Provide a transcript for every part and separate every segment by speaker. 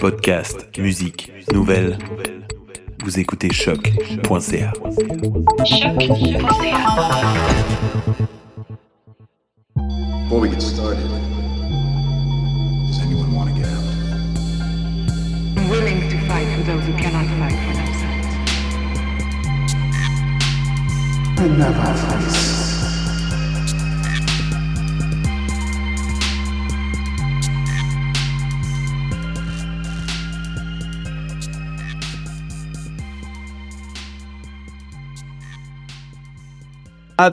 Speaker 1: Podcast, musique, nouvelles. Vous écoutez choc.ca.
Speaker 2: Before we get started, does anyone want to get out?
Speaker 3: willing to fight for those who cannot fight for themselves.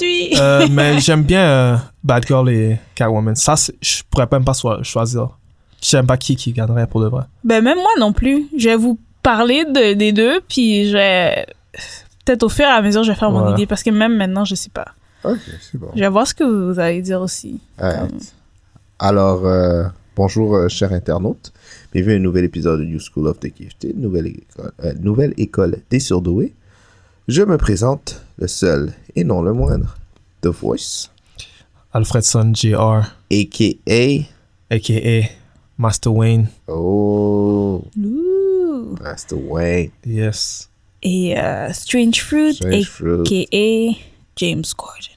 Speaker 4: Oui.
Speaker 5: Euh, mais j'aime bien euh, Bad Girl et Catwoman. Ça, c'est- je pourrais même pas soi- choisir. Je sais même pas qui qui gagnerait pour de vrai.
Speaker 4: Ben même moi non plus. Je vais vous parler de- des deux, puis je vais- peut-être au fur et à mesure je vais faire mon
Speaker 5: Ouais.
Speaker 4: idée parce que même maintenant je sais pas.
Speaker 6: Ok, c'est bon.
Speaker 4: Je vais voir ce que vous allez dire aussi.
Speaker 6: Alright. Alors, euh, bonjour, euh, chers internautes. Bienvenue à un nouvel épisode de New School of the Gifted, nouvelle école, euh, nouvelle école des surdoués. Je me présente, le seul et non le moindre, The Voice,
Speaker 5: Alfredson Jr.,
Speaker 6: a.k.a.
Speaker 5: a.k.a. Master Wayne.
Speaker 6: Oh,
Speaker 4: Ouh.
Speaker 6: Master Wayne.
Speaker 5: Yes.
Speaker 4: Et euh, Strange Fruit,
Speaker 6: Strange Fruit.
Speaker 4: a.k.a. James Gordon.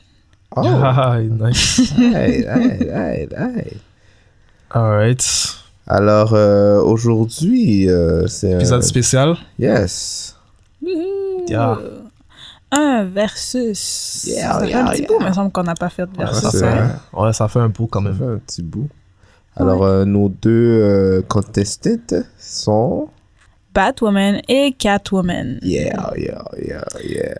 Speaker 6: Oh,
Speaker 5: Ah, nice.
Speaker 6: hey, hey, hey, hey.
Speaker 5: Alright.
Speaker 6: Alors, euh, aujourd'hui, euh, c'est un...
Speaker 5: Épisode spécial.
Speaker 6: Yes.
Speaker 4: Wouhou.
Speaker 5: Yeah.
Speaker 4: Un versus.
Speaker 6: Yeah,
Speaker 4: ça fait
Speaker 6: yeah,
Speaker 4: un petit
Speaker 6: yeah.
Speaker 4: peu, il me semble qu'on n'a pas fait de
Speaker 5: Ouais,
Speaker 4: versus.
Speaker 5: ça,
Speaker 6: c'est
Speaker 5: fait,
Speaker 4: hein.
Speaker 6: vrai.
Speaker 5: ouais, ça fait un bout quand
Speaker 6: Ça
Speaker 5: même.
Speaker 6: fait un petit bout. Alors, euh, nos deux euh, contestants sont...
Speaker 4: Batwoman et Catwoman.
Speaker 6: Yeah, yeah, yeah, yeah.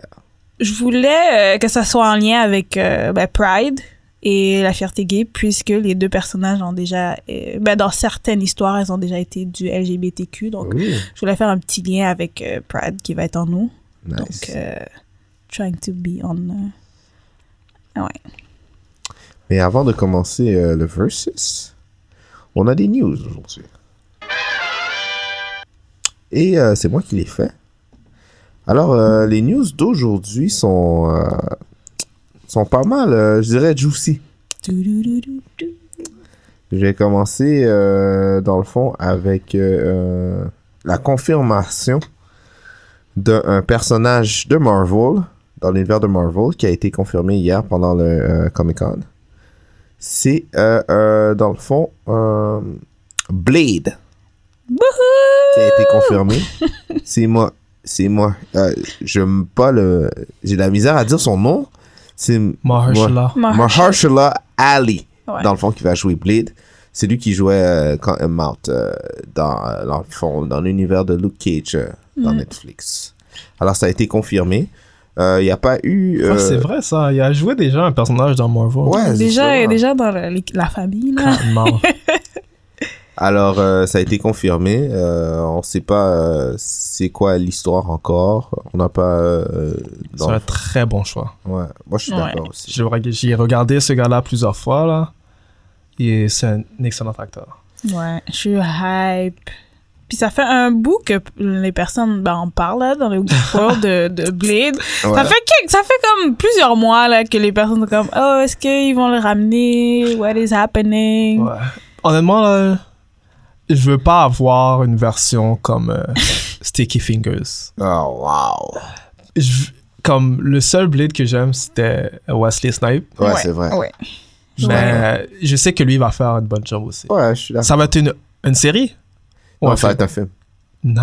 Speaker 4: Je voulais euh, que ça soit en lien avec euh, ben, Pride et la fierté gay, puisque les deux personnages ont déjà, euh, ben, dans certaines histoires, elles ont déjà été du LGBTQ. Donc, je voulais faire un petit lien avec euh, Pride qui va être en nous.
Speaker 6: nice.
Speaker 4: Donc, euh, trying to be on. euh,
Speaker 6: Mais avant de commencer euh, le versus, on a des news aujourd'hui. Et euh, c'est moi qui les fais. Alors, euh, les news d'aujourd'hui sont, euh, sont pas mal, euh, je dirais juicy.
Speaker 4: dou-dou-dou-dou-dou.
Speaker 6: J'ai commencé, euh, dans le fond, avec euh, euh, la confirmation d'un personnage de Marvel, dans l'univers de Marvel, qui a été confirmé hier pendant le euh, Comic Con. C'est, euh, euh, dans le fond, euh, Blade, qui a été confirmé. c'est moi, c'est moi. Euh, je pas le... J'ai de la misère à dire son nom. C'est
Speaker 5: Mahershala.
Speaker 4: Mahershala.
Speaker 6: Mahershala Ali
Speaker 4: Ouais.
Speaker 6: dans le fond, qui va jouer Blade. C'est lui qui jouait euh, quand M. Mount euh, dans, euh, dans le fond, dans l'univers de Luke Cage euh, dans
Speaker 4: Mm.
Speaker 6: Netflix. Alors, ça a été confirmé. Euh, Il n'y a pas eu.
Speaker 5: Ah,
Speaker 6: euh,
Speaker 5: c'est vrai ça. Il a joué déjà un personnage dans Marvel.
Speaker 6: Ouais, c'est
Speaker 4: Déjà,
Speaker 6: ça.
Speaker 4: déjà dans la, la famille, là.
Speaker 5: Calmement.
Speaker 6: Alors, euh, ça a été confirmé. Euh, on ne sait pas euh, c'est quoi l'histoire encore. On n'a pas. euh,
Speaker 5: c'est
Speaker 6: dans-
Speaker 5: un très bon choix.
Speaker 6: Ouais. Moi, je suis
Speaker 4: Ouais.
Speaker 6: d'accord aussi.
Speaker 5: J'ai reg- J'ai regardé ce gars-là plusieurs fois. Là. Et c'est un excellent acteur.
Speaker 4: Ouais, je suis hype. Puis ça fait un bout que p- les personnes ben, en parlent là, dans les geek world de, de Blade. Ça,
Speaker 6: Ouais.
Speaker 4: fait quelques- ça fait comme plusieurs mois là, que les personnes sont comme Oh, est-ce qu'ils vont le ramener? What is happening?
Speaker 5: Ouais. Honnêtement, là, je veux pas avoir une version comme euh, Sticky Fingers.
Speaker 6: Oh, wow.
Speaker 5: Je- comme le seul Blade que j'aime, c'était Wesley Snipe.
Speaker 6: Ouais, c'est vrai.
Speaker 4: Ouais.
Speaker 5: Mais euh, je sais que lui va faire une bonne job aussi.
Speaker 6: Ouais, je suis d'accord.
Speaker 5: Ça va être une, une série ou
Speaker 6: Non,
Speaker 5: un
Speaker 6: Ça va
Speaker 5: film?
Speaker 6: être un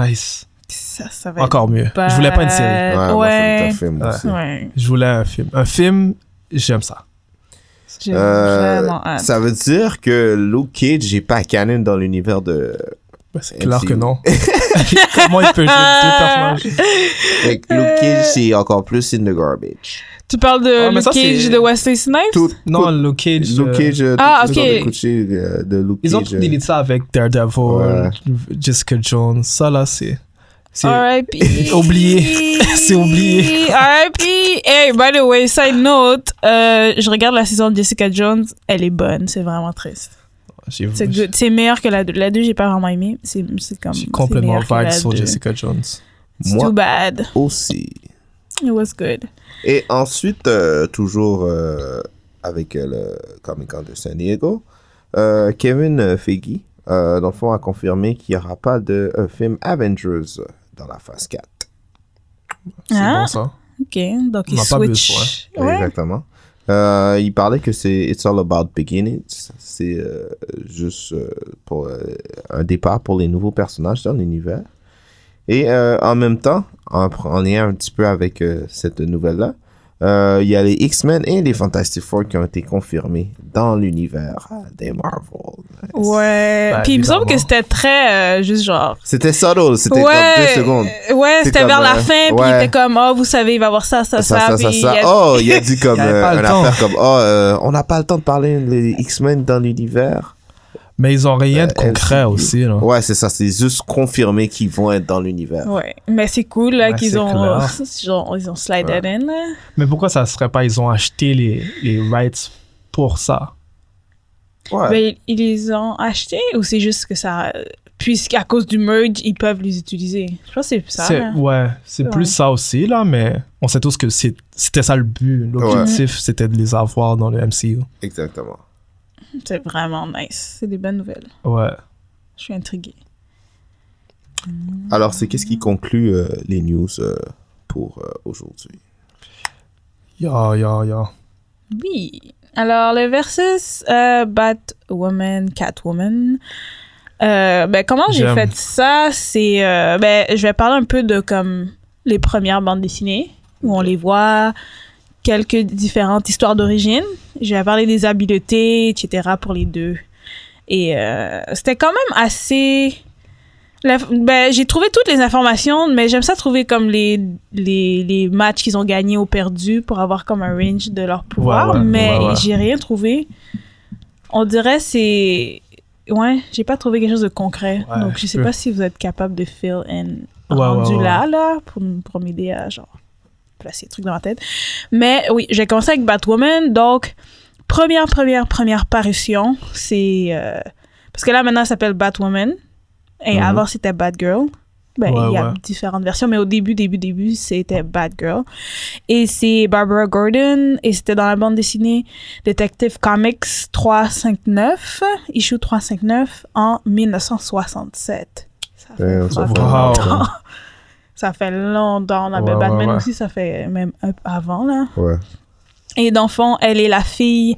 Speaker 6: film.
Speaker 5: Nice.
Speaker 4: Ça, ça va être
Speaker 5: Encore mieux.
Speaker 4: pas-
Speaker 5: Je voulais pas une
Speaker 6: Ouais,
Speaker 5: série.
Speaker 6: moi,
Speaker 4: Euh, ouais.
Speaker 6: ça va être un film
Speaker 5: Ouais.
Speaker 6: aussi.
Speaker 4: Ouais.
Speaker 5: Je voulais un film. Un film, j'aime ça.
Speaker 4: J'ai
Speaker 6: Euh,
Speaker 4: vraiment hâte.
Speaker 6: Ça veut dire que Luke Cage n'est pas canon dans l'univers de.
Speaker 5: Ben, C'est clair
Speaker 6: MCU.
Speaker 5: que non. Comment il peut jouer deux personnages
Speaker 6: Fait
Speaker 4: Euh.
Speaker 6: que Luke Cage, c'est encore plus in the garbage.
Speaker 4: Tu parles de
Speaker 5: Ouais, Ah, mais
Speaker 4: Luke
Speaker 5: ça,
Speaker 4: Cage
Speaker 5: c'est-
Speaker 4: de Wesley Snipes?
Speaker 6: Tout,
Speaker 5: Non,
Speaker 6: tout-
Speaker 5: Luke Cage.
Speaker 6: Luke
Speaker 5: euh,
Speaker 6: Cage, euh,
Speaker 4: Ah,
Speaker 6: tout-
Speaker 4: ok.
Speaker 6: tout le coucher, euh, de Luke
Speaker 5: Ils ont
Speaker 6: Cage,
Speaker 5: tout
Speaker 6: euh,
Speaker 5: délité ça avec Daredevil,
Speaker 6: Ouais.
Speaker 5: Jessica Jones. Ça, là, c'est. c'est-
Speaker 4: R.I.P.
Speaker 5: Oublié. C'est oublié.
Speaker 4: R.I.P. Hey, by the way, side note, euh, je regarde la saison de Jessica Jones. Elle est bonne, c'est vraiment triste.
Speaker 5: J'ai
Speaker 4: C'est
Speaker 5: j'ai-
Speaker 4: good. C'est meilleur que la 2. La 2, j'ai pas vraiment aimé. C'est c'est comme.
Speaker 5: j'ai
Speaker 4: c'est
Speaker 5: complètement
Speaker 4: meilleur que
Speaker 5: vague
Speaker 4: la
Speaker 5: sur
Speaker 4: deux.
Speaker 5: Jessica Jones.
Speaker 4: It's
Speaker 6: Moi.
Speaker 4: too bad.
Speaker 6: aussi.
Speaker 4: It was good.
Speaker 6: Et ensuite, euh, toujours euh, avec euh, le Comic Con de San Diego, euh, Kevin Feige euh, dans le fond, a confirmé qu'il n'y aura pas de euh, film Avengers dans la phase 4.
Speaker 5: C'est
Speaker 6: Hein?
Speaker 4: Ah.
Speaker 5: bon ça.
Speaker 4: Ok, donc
Speaker 5: On
Speaker 4: il
Speaker 5: n'a pas
Speaker 4: switch. Ouais.
Speaker 6: Exactement. Euh, il parlait que c'est It's All About Beginnings. C'est euh, juste euh, pour, euh, un départ pour les nouveaux personnages dans l'univers. Et euh, en même temps, en, pr- en lien un petit peu avec euh, cette nouvelle-là, euh, il y a les X-Men et les Fantastic Four qui ont été confirmés dans l'univers euh, des Marvel.
Speaker 4: Ouais.
Speaker 5: Bah,
Speaker 4: Puis il me semble
Speaker 5: évidemment.
Speaker 4: que c'était très euh, juste genre.
Speaker 6: C'était subtle, c'était comme
Speaker 4: Ouais,
Speaker 6: deux secondes.
Speaker 4: euh, ouais,
Speaker 6: C'est
Speaker 4: c'était
Speaker 6: comme,
Speaker 4: vers la
Speaker 6: euh,
Speaker 4: fin, puis
Speaker 6: ouais.
Speaker 4: il était comme, oh, vous savez, il va y avoir ça, ça, ça.
Speaker 6: ça, ça,
Speaker 4: puis
Speaker 6: ça,
Speaker 4: il
Speaker 6: ça.
Speaker 4: y a-
Speaker 6: Oh, il a dit comme
Speaker 5: Il avait pas
Speaker 6: euh,
Speaker 5: le
Speaker 6: une
Speaker 5: temps.
Speaker 6: affaire comme oh, euh, on n'a pas le temps de parler des X-Men dans l'univers.
Speaker 5: Mais ils ont rien de
Speaker 6: Euh,
Speaker 5: concret
Speaker 6: LCU.
Speaker 5: aussi. Là.
Speaker 6: Ouais, c'est ça, c'est juste confirmé qu'ils vont être dans l'univers.
Speaker 4: Ouais, mais c'est cool là
Speaker 5: Ouais,
Speaker 4: qu'ils
Speaker 5: c'est
Speaker 4: ont,
Speaker 5: clair.
Speaker 4: genre, ils ont slide that in. là.
Speaker 5: Mais pourquoi ça serait pas Ils ont acheté les, les rights pour ça.
Speaker 6: Ouais.
Speaker 4: Ben, ils les ont achetés ou c'est juste que ça, puisqu'à cause du merge, ils peuvent les utiliser. Je pense que c'est ça.
Speaker 5: C'est-
Speaker 4: là.
Speaker 5: ouais, c'est
Speaker 4: Ouais.
Speaker 5: plus ça aussi, là, mais on sait tous que c'est- c'était ça le but. L'objectif, c'était de les avoir dans le MCU.
Speaker 6: Exactement.
Speaker 4: C'est vraiment nice. C'est des bonnes nouvelles.
Speaker 5: Ouais.
Speaker 4: Je suis intriguée.
Speaker 6: Alors, c'est qu'est-ce qui conclut euh, les news euh, pour euh, aujourd'hui
Speaker 5: Ya, ya, ya.
Speaker 4: Oui. Alors, le versus euh, Batwoman, Catwoman. Euh, ben, comment j'ai
Speaker 5: J'aime.
Speaker 4: fait ça? C'est. euh, ben, je vais parler un peu de comme les premières bandes dessinées où on les voit, quelques différentes histoires d'origine. Je vais parler des habiletés, etc. pour les deux. Et euh, c'était quand même assez. la- ben, j'ai trouvé toutes les informations, mais j'aime ça trouver comme les, les, les matchs qu'ils ont gagnés ou perdus pour avoir comme un range de leur pouvoir,
Speaker 5: ouais,
Speaker 4: mais
Speaker 5: ouais, ouais.
Speaker 4: j'ai rien trouvé. On dirait c'est. Ouais, j'ai pas trouvé quelque chose de concret.
Speaker 5: Ouais,
Speaker 4: Donc je sais
Speaker 5: peu.
Speaker 4: pas si vous êtes capable de fill in
Speaker 5: Ouais,
Speaker 4: rendu
Speaker 5: ouais, ouais.
Speaker 4: là, là, pour, m- pour m'aider à genre placer des trucs dans ma tête. Mais oui, j'ai commencé avec Batwoman, donc première, première, première parution, c'est... euh, parce que là, maintenant, ça s'appelle Batwoman, et
Speaker 6: Mhm.
Speaker 4: avant, c'était Batgirl. Ben,
Speaker 5: Mm-hmm. Ouais,
Speaker 4: il y a
Speaker 5: ouais.
Speaker 4: différentes versions, mais au début, début, début, c'était Batgirl. Et c'est Barbara Gordon, et c'était dans la bande dessinée Detective Comics 359, issue 359, en 1967. Ça fait
Speaker 6: Euh, ça fait
Speaker 4: fucking
Speaker 5: Wow.
Speaker 4: longtemps. Ça fait longtemps. là. Ben,
Speaker 5: Ouais,
Speaker 4: Batman
Speaker 5: ouais, ouais.
Speaker 4: aussi, ça fait même un peu avant, là.
Speaker 6: Ouais.
Speaker 4: Et dans le fond, elle est la fille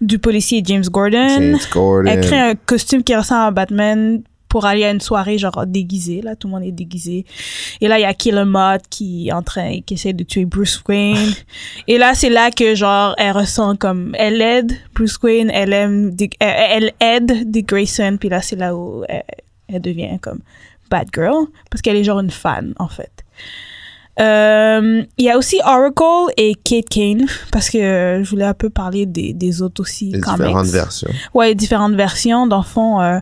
Speaker 4: du policier James Gordon.
Speaker 6: James Gordon.
Speaker 4: Elle crée un costume qui ressemble à Batman pour aller à une soirée genre déguisée là tout le monde est déguisé et là il y a Killer Moth qui est en train qui essaie de tuer Bruce Wayne et là c'est là que genre elle ressent comme elle aide Bruce Wayne elle aime Dick- euh, elle aide Dick Grayson puis là c'est là où elle, elle devient comme Batgirl parce qu'elle est genre une fan en fait Euh, il y a aussi Oracle et Kate Kane parce que euh, je voulais un peu parler des, des autres aussi
Speaker 6: Les
Speaker 4: comics.
Speaker 6: différentes versions.
Speaker 4: Ouais, différentes versions. Dans le fond, euh,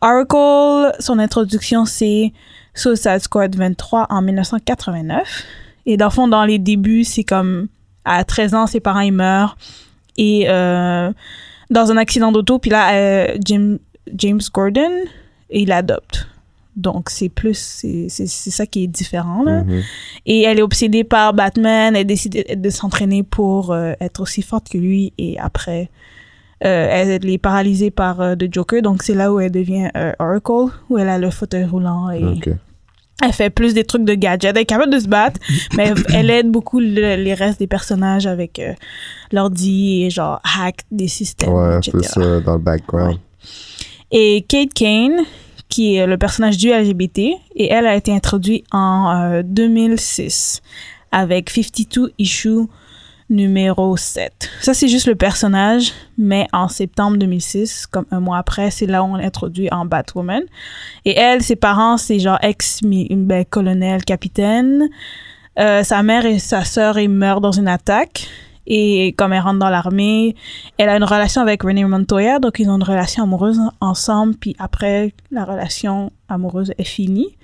Speaker 4: Oracle, son introduction, c'est Suicide Squad 23 en 1989. Et dans le fond, dans les débuts, c'est comme à 13 ans, ses parents, ils meurent. Et euh, dans un accident d'auto, puis là, euh, Jim- James Gordon, il adopte. Donc, c'est plus, c'est c'est- c'est ça qui est différent, là.
Speaker 6: Mhm.
Speaker 4: Et elle est obsédée par Batman. Elle décide de s'entraîner pour euh, être aussi forte que lui. Et après, euh, elle est paralysée par euh, The Joker. Donc, c'est là où elle devient euh, Oracle, où elle a le fauteuil roulant. Et
Speaker 6: Ok.
Speaker 4: elle fait plus des trucs de gadget. Elle est capable de se battre, mais elle- elle aide beaucoup le- les restes des personnages avec euh, l'ordi et genre hack des systèmes,
Speaker 6: Ouais,
Speaker 4: etc.
Speaker 6: plus euh, dans le background.
Speaker 4: Et Kate Kane, qui est le personnage du LGBT, et elle a été introduite en euh, 2006 avec 52 Issue numéro 7. Ça, c'est juste le personnage, mais en septembre 2006, comme un mois après, c'est là où on l'introduit en Batwoman. Et elle, ses parents, c'est genre ex-colonel, capitaine. Euh, sa mère et sa sœur, ils meurent dans une attaque. Et comme elle rentre dans l'armée, elle a une relation avec René Montoya, donc ils ont une relation amoureuse ensemble, puis après, la relation amoureuse est finie.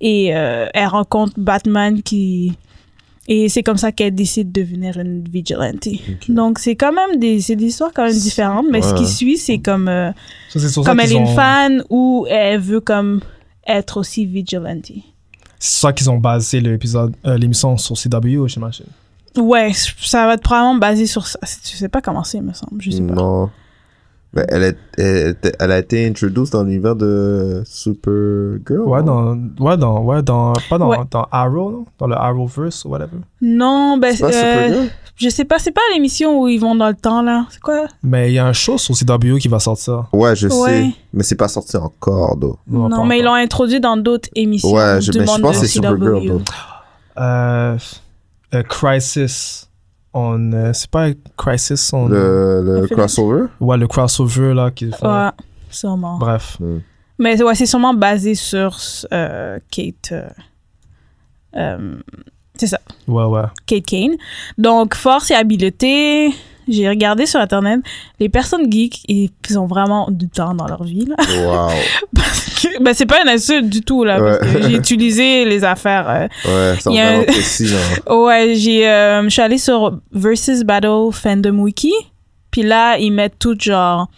Speaker 4: Et euh, elle rencontre Batman qui... Et c'est comme ça qu'elle décide de devenir une vigilante. Donc c'est quand même des, c'est des histoires quand même différentes, mais ce
Speaker 6: Ouais.
Speaker 4: qui suit, c'est comme... euh,
Speaker 5: Ça, c'est sur ça
Speaker 4: comme elle
Speaker 5: qu'ils
Speaker 4: est une
Speaker 5: ont-
Speaker 4: fan ou elle veut comme être aussi vigilante.
Speaker 5: C'est sur ça qu'ils ont basé l'épisode, euh, l'émission sur CW, j'imagine.
Speaker 4: Ouais, ça va être probablement basé sur ça. Je sais pas comment c'est, il me semble. Je sais pas.
Speaker 6: Non. Ben, elle, est- elle était- elle a été introduite dans l'univers de Supergirl.
Speaker 5: Ouais,
Speaker 6: non?
Speaker 5: dans, ouais, dans, ouais, dans, pas dans,
Speaker 4: Ouais.
Speaker 5: dans Arrow, non? Dans le Arrowverse ou whatever.
Speaker 4: Non, ben,
Speaker 6: C'est pas
Speaker 4: euh,
Speaker 6: Supergirl?
Speaker 4: je sais pas, c'est pas l'émission où ils vont dans le temps, là. C'est quoi?
Speaker 5: Mais il y a un show sur CW qui va sortir.
Speaker 6: Ouais, je
Speaker 4: ouais.
Speaker 6: sais. Mais c'est pas sorti encore, d'eau.
Speaker 4: Non,
Speaker 5: pas
Speaker 4: mais ils
Speaker 5: encore.
Speaker 4: l'ont introduit dans d'autres émissions.
Speaker 6: Ouais, je,
Speaker 4: du
Speaker 6: mais je
Speaker 4: monde
Speaker 6: pense
Speaker 4: de
Speaker 6: que c'est
Speaker 4: CW.
Speaker 6: Supergirl, d'eau.
Speaker 5: Euh, euh, Crisis. On, euh, c'est pas Crisis, on.
Speaker 6: Le, le
Speaker 4: Le film.
Speaker 6: crossover?
Speaker 5: Ouais, le crossover, là, qu'ils font.
Speaker 4: Ouais, sûrement.
Speaker 5: Bref.
Speaker 4: Mais ouais, c'est sûrement basé sur euh, Kate. euh, euh, c'est ça,
Speaker 5: Ouais, ouais.
Speaker 4: Kate Kane. Donc, force et habileté. J'ai regardé sur Internet. Les personnes geeks, ils ont vraiment du temps dans leur vie. Là.
Speaker 6: Wow.
Speaker 4: Parce que- ben, c'est pas une insulte du tout, là. parce
Speaker 6: Ouais.
Speaker 4: que j'ai utilisé les affaires. euh,
Speaker 6: Ouais, c'est
Speaker 4: Il y a un-
Speaker 6: vraiment précis, hein.
Speaker 4: Ouais, j'ai, euh, je suis allée sur Versus Battle Fandom Wiki. Puis là, ils mettent tout genre.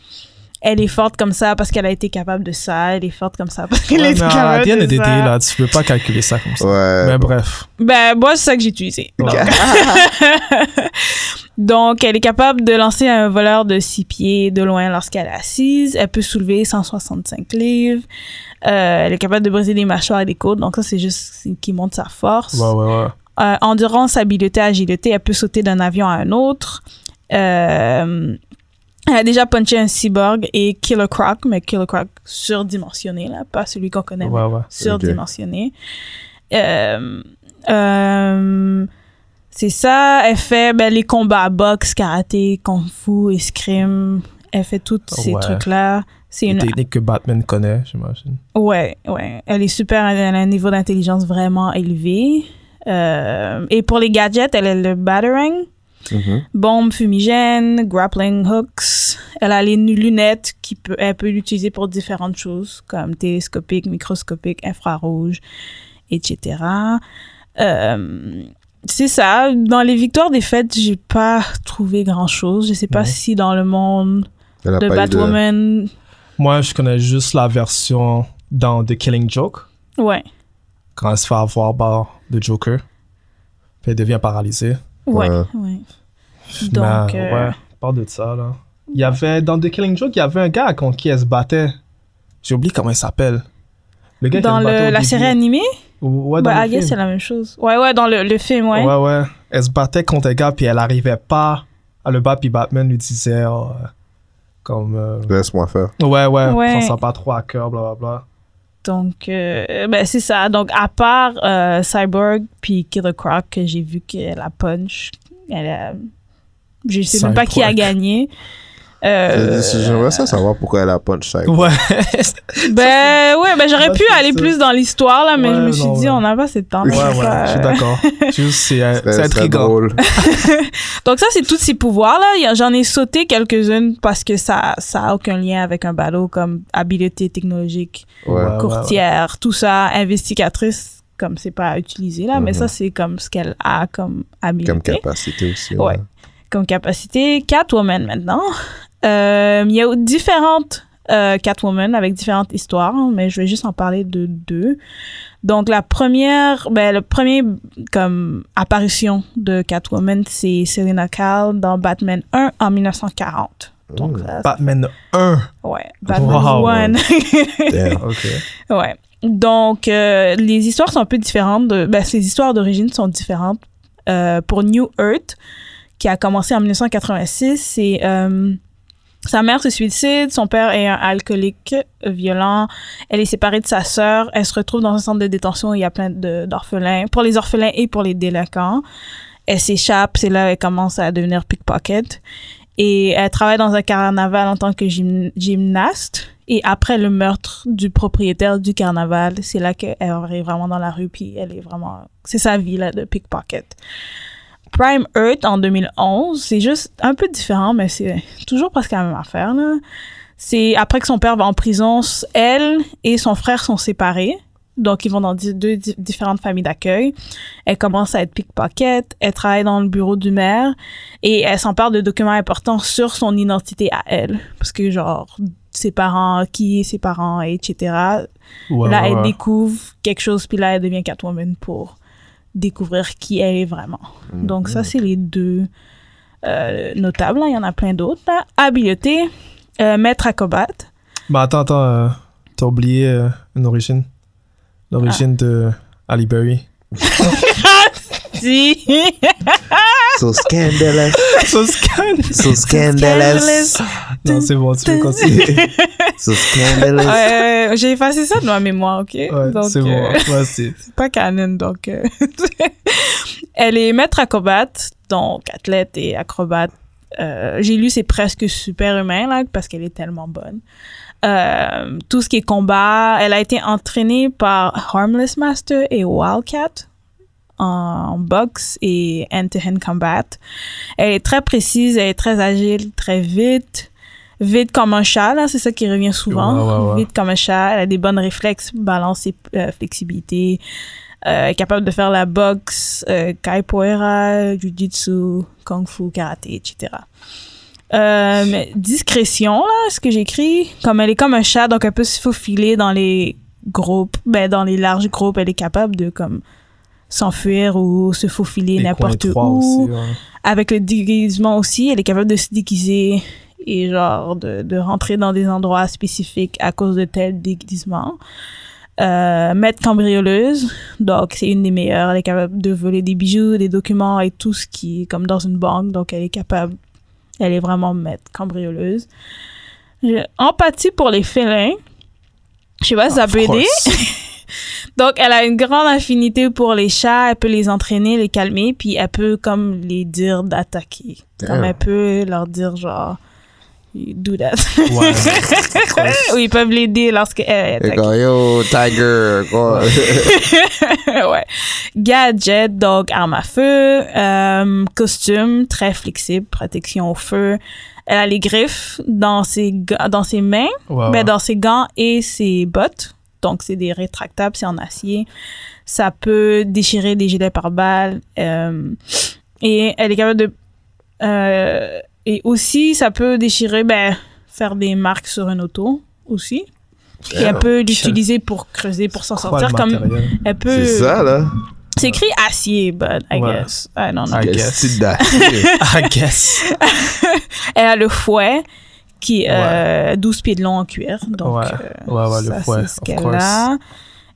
Speaker 4: Elle est forte comme ça parce qu'elle a été capable de ça. Elle est forte comme ça parce qu'elle
Speaker 5: Ouais,
Speaker 4: est
Speaker 5: mais à
Speaker 4: capable
Speaker 5: la
Speaker 4: de
Speaker 5: DD,
Speaker 4: ça.
Speaker 5: là, tu peux pas calculer ça comme ça.
Speaker 6: Ouais.
Speaker 5: mais bref.
Speaker 4: Ben, moi, c'est ça que j'ai utilisé.
Speaker 5: Ouais.
Speaker 4: Donc, elle est capable de lancer un voleur de six pieds de loin lorsqu'elle est assise. Elle peut soulever 165 livres. Euh, elle est capable de briser des mâchoires et des côtes. Donc, ça, c'est juste ce qui montre sa force.
Speaker 5: Ouais, ouais, ouais.
Speaker 4: Euh, endurance, habileté, agilité, elle peut sauter d'un avion à un autre. Euh, elle a déjà punché un cyborg et Killer Croc, mais Killer Croc surdimensionné, là, pas celui qu'on connaît, mais
Speaker 5: Ouais, ouais.
Speaker 4: surdimensionné. Euh, euh, c'est ça, elle fait ben, les combats boxe, karaté, kung-fu, escrime. Elle fait tous ces
Speaker 5: Ouais.
Speaker 4: trucs-là. C'est
Speaker 5: Une
Speaker 4: une
Speaker 5: technique que Batman connaît, j'imagine.
Speaker 4: Ouais, ouais. Elle est super, elle a un niveau d'intelligence vraiment élevé. Euh, et pour les gadgets, elle a le battering,
Speaker 6: Mhm.
Speaker 4: bombe fumigène, grappling hooks. Elle a les nu- lunettes qui peut, elle peut l'utiliser pour différentes choses comme télescopique, microscopique, infrarouge, etc. Euh, c'est ça. Dans les victoires des fêtes, j'ai pas trouvé grand chose. Je sais pas
Speaker 5: Non.
Speaker 4: si dans le monde
Speaker 6: Elle a pas
Speaker 4: de
Speaker 6: eu de-
Speaker 4: Batwoman,
Speaker 5: Moi, je connais juste la version dans The Killing Joke,
Speaker 4: ouais,
Speaker 5: quand elle se fait avoir par le Joker. Puis elle devient paralysée.
Speaker 4: ouais,
Speaker 6: Ouais.
Speaker 4: ouais.
Speaker 5: Mais,
Speaker 4: Donc, euh,
Speaker 5: ouais, parle de ça, là. Il y avait, dans The Killing Joke, il y avait un gars contre qui elle se battait. J'ai oublié comment il s'appelle. Le gars
Speaker 4: dans
Speaker 5: qui elle battait
Speaker 4: le,
Speaker 5: au
Speaker 4: la
Speaker 5: début.
Speaker 4: série animée
Speaker 5: Ouais, dans
Speaker 4: bah,
Speaker 5: le
Speaker 4: I guess c'est
Speaker 5: film.
Speaker 4: la même chose ouais ouais dans le, le film ouais,
Speaker 5: ouais. ouais, Elle se battait contre un gars, puis elle arrivait pas à le battre, puis Batman lui disait, oh, euh, comme... euh,
Speaker 6: Laisse-moi faire.
Speaker 5: ouais, ouais,
Speaker 4: Ouais.
Speaker 5: prends ça pas trop à cœur, blablabla.
Speaker 4: donc euh, ben c'est ça donc à part euh, Cyborg puis Killer Croc que j'ai vu qu'elle a punch elle a... je sais même pas qui a
Speaker 5: Cyborg.
Speaker 4: gagné Euh,
Speaker 6: C'est- c'est- J'aimerais ça savoir pourquoi elle a punch ça.
Speaker 5: Ouais.
Speaker 4: ben ouais ben j'aurais
Speaker 5: Ouais,
Speaker 4: pu
Speaker 5: c'est
Speaker 4: aller
Speaker 5: ça.
Speaker 4: plus dans l'histoire là mais
Speaker 5: Ouais,
Speaker 4: je me suis
Speaker 5: non,
Speaker 4: dit
Speaker 5: ouais.
Speaker 4: on n'a pas assez de temps
Speaker 5: ouais,
Speaker 4: là, c'est
Speaker 5: ouais,
Speaker 4: pas,
Speaker 5: je
Speaker 4: euh,
Speaker 5: suis d'accord. C'est juste, c'est, euh, c'est
Speaker 6: C'est
Speaker 5: intriguant.
Speaker 6: drôle.
Speaker 4: Donc ça, c'est tous ces pouvoirs-là. Il y a- J'en ai sauté quelques-unes parce que ça ça a aucun lien avec un ballot comme habileté technologique,
Speaker 6: Ah, Ouais.
Speaker 4: courtière, tout ça, investigatrice, comme c'est pas utilisé là, mais
Speaker 6: Mhm.
Speaker 4: ça, c'est comme ce qu'elle a comme habileté,
Speaker 6: Comme
Speaker 4: comme,
Speaker 6: capacité aussi. hein.
Speaker 4: Ouais. capacité. Catwoman maintenant. Euh, il y a différentes euh, Catwoman avec différentes histoires, hein, mais je vais juste en parler de deux. Donc la première, ben, le premier comme apparition de Catwoman, c'est Selena Kyle dans Batman 1 en 1940.
Speaker 6: Mm.
Speaker 4: Donc ça,
Speaker 5: Batman 1.
Speaker 4: ouais, Batman
Speaker 5: Wow.
Speaker 4: 1.
Speaker 6: Damn.
Speaker 5: OK.
Speaker 4: Ouais. Donc, euh, les histoires sont un peu différentes. De, ben, ces histoires d'origine sont différentes. Euh, pour New Earth, qui a commencé en 1986, c'est euh, sa mère se suicide, son père est un alcoolique violent, elle est séparée de sa sœur, elle se retrouve dans un centre de détention où il y a plein de- d'orphelins, pour les orphelins et pour les délinquants. Elle s'échappe, c'est là qu'elle commence à devenir pickpocket. Et elle travaille dans un carnaval en tant que gym- gymnaste. Et après le meurtre du propriétaire du carnaval, c'est là qu'elle est vraiment dans la rue, puis elle est vraiment... C'est sa vie, là, de pickpocket. Prime Earth, en 2011, c'est juste un peu différent, mais c'est toujours presque la même affaire, là. C'est après que son père va en prison, s- elle et son frère sont séparés. Donc, ils vont dans di- deux di- différentes familles d'accueil. Elle commence à être pickpocket, elle travaille dans le bureau du maire et elle s'empare de documents importants sur son identité à elle. Parce que, genre, ses parents, qui est ses parents, etc.
Speaker 5: Ouais,
Speaker 4: là,
Speaker 5: ouais,
Speaker 4: elle
Speaker 5: ouais.
Speaker 4: découvre quelque chose, puis là, elle devient Catwoman pour découvrir qui elle est vraiment.
Speaker 5: Mm,
Speaker 4: Donc, ça, c'est les deux euh, notables. hein. Il y en a plein d'autres. là. hein. Habileté, euh, Maître acrobate.
Speaker 5: Bah attends, attends, euh, t'as oublié euh, une origine. L'origine
Speaker 4: Ah.
Speaker 5: de Ali Berry.
Speaker 4: Si.
Speaker 6: So scandalous.
Speaker 5: So scandalous.
Speaker 6: So scandalous.
Speaker 5: Non, c'est bon, tu peux continuer.
Speaker 6: So scandalous.
Speaker 4: Euh, J'ai effacé ça de ma mémoire, ok?
Speaker 5: Ouais,
Speaker 4: Donc,
Speaker 5: c'est bon.
Speaker 4: euh,
Speaker 5: Ouais, c'est...
Speaker 4: c'est pas canon, donc. euh, Elle est maître acrobate, donc athlète et acrobate. Euh, J'ai lu c'est presque super humain là parce qu'elle est tellement bonne. Euh, tout ce qui est combat, elle a été entraînée par Harmless Master et Wildcat en boxe et hand-to-hand combat. Elle est très précise, elle est très agile, très vite. Vite comme un chat, là, c'est ça qui revient souvent.
Speaker 5: Ouais, ouais, ouais.
Speaker 4: Vite comme un chat, elle a des bonnes réflexes, balance et euh, flexibilité. Euh, capable de faire la boxe, euh, capoeira, jujitsu, kung fu, karaté, etc. Euh, mais discrétion, là, ce que j'écris, comme elle est comme un chat, donc elle peut se faufiler dans les groupes, ben, dans les larges groupes, elle est capable de comme s'enfuir ou se faufiler
Speaker 5: les
Speaker 4: n'importe
Speaker 5: coins
Speaker 4: où.
Speaker 5: étroits aussi, ouais.
Speaker 4: Avec le déguisement aussi, elle est capable de se déguiser et genre de, de rentrer dans des endroits spécifiques à cause de tel déguisement. Euh, maître cambrioleuse, donc c'est une des meilleures. Elle est capable de voler des bijoux, des documents et tout ce qui est comme dans une banque. Donc elle est capable, elle est vraiment maître cambrioleuse. J'ai empathie pour les félins. Je sais pas si ça peut
Speaker 5: Of course.
Speaker 4: aider. Donc, elle a une grande affinité pour les chats. Elle peut les entraîner, les calmer, puis elle peut comme les dire d'attaquer. Comme
Speaker 6: Damn.
Speaker 4: elle peut leur dire genre, You do that.
Speaker 5: Ouais.
Speaker 4: Ou ils peuvent l'aider lorsqu'elle
Speaker 6: Et
Speaker 4: attaque.
Speaker 6: quand, yo, Tiger, quoi.
Speaker 4: ouais. Gadget, donc arme à feu, euh, costume très flexible, protection au feu. Elle a les griffes dans ses, ga- dans ses mains,
Speaker 6: Ah.
Speaker 5: Ouais,
Speaker 4: ben,
Speaker 5: ouais.
Speaker 4: dans ses gants et ses bottes. Donc, c'est des rétractables, c'est en acier. Ça peut déchirer des gilets par balles. euh, et elle est capable de. euh, et aussi, ça peut déchirer, ben, faire des marques sur une auto aussi. Et elle peut l'utiliser pour creuser, pour s'en
Speaker 5: Croix de
Speaker 4: sortir. Comme
Speaker 5: matériel.
Speaker 4: elle peut.
Speaker 6: C'est ça, là.
Speaker 4: C'est écrit acier, but I
Speaker 5: Ouais.
Speaker 4: guess. I don't know.
Speaker 5: I
Speaker 6: Quel
Speaker 5: guess.
Speaker 6: style d'acier.
Speaker 5: I guess.
Speaker 4: Elle a le fouet qui est
Speaker 5: Ouais.
Speaker 4: euh, 12 pieds de long en cuir. Donc,
Speaker 5: Ouais.
Speaker 4: euh,
Speaker 5: Ouais, ouais, le
Speaker 4: ça,
Speaker 5: fouet,
Speaker 4: c'est ce
Speaker 5: of
Speaker 4: qu'elle
Speaker 5: course.
Speaker 4: a.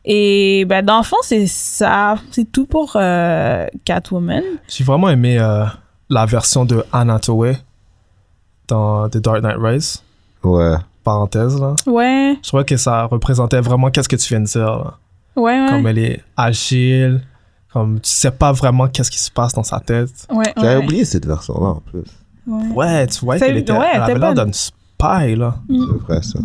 Speaker 4: Et ben, dans le fond, c'est ça. C'est tout pour euh, Catwoman.
Speaker 5: J'ai vraiment aimé euh, la version de Anna Hathaway dans The Dark Knight Rise.
Speaker 6: Ouais.
Speaker 5: Parenthèse, là.
Speaker 4: Ouais,
Speaker 5: Je trouvais que ça représentait vraiment qu'est-ce que tu viens de dire, là.
Speaker 4: ouais, ouais.
Speaker 5: Comme elle est agile, comme tu sais pas vraiment qu'est-ce qui se passe dans sa tête.
Speaker 4: ouais,
Speaker 6: J'avais
Speaker 4: ouais,
Speaker 6: oublié cette version-là, en plus.
Speaker 4: ouais.
Speaker 5: Ouais, tu vois
Speaker 4: Ça-
Speaker 5: qu'elle était,
Speaker 4: ouais, elle
Speaker 5: elle avait
Speaker 4: était
Speaker 5: l'air
Speaker 4: bonne.
Speaker 5: d'une spy, là.
Speaker 6: C'est vrai, ça.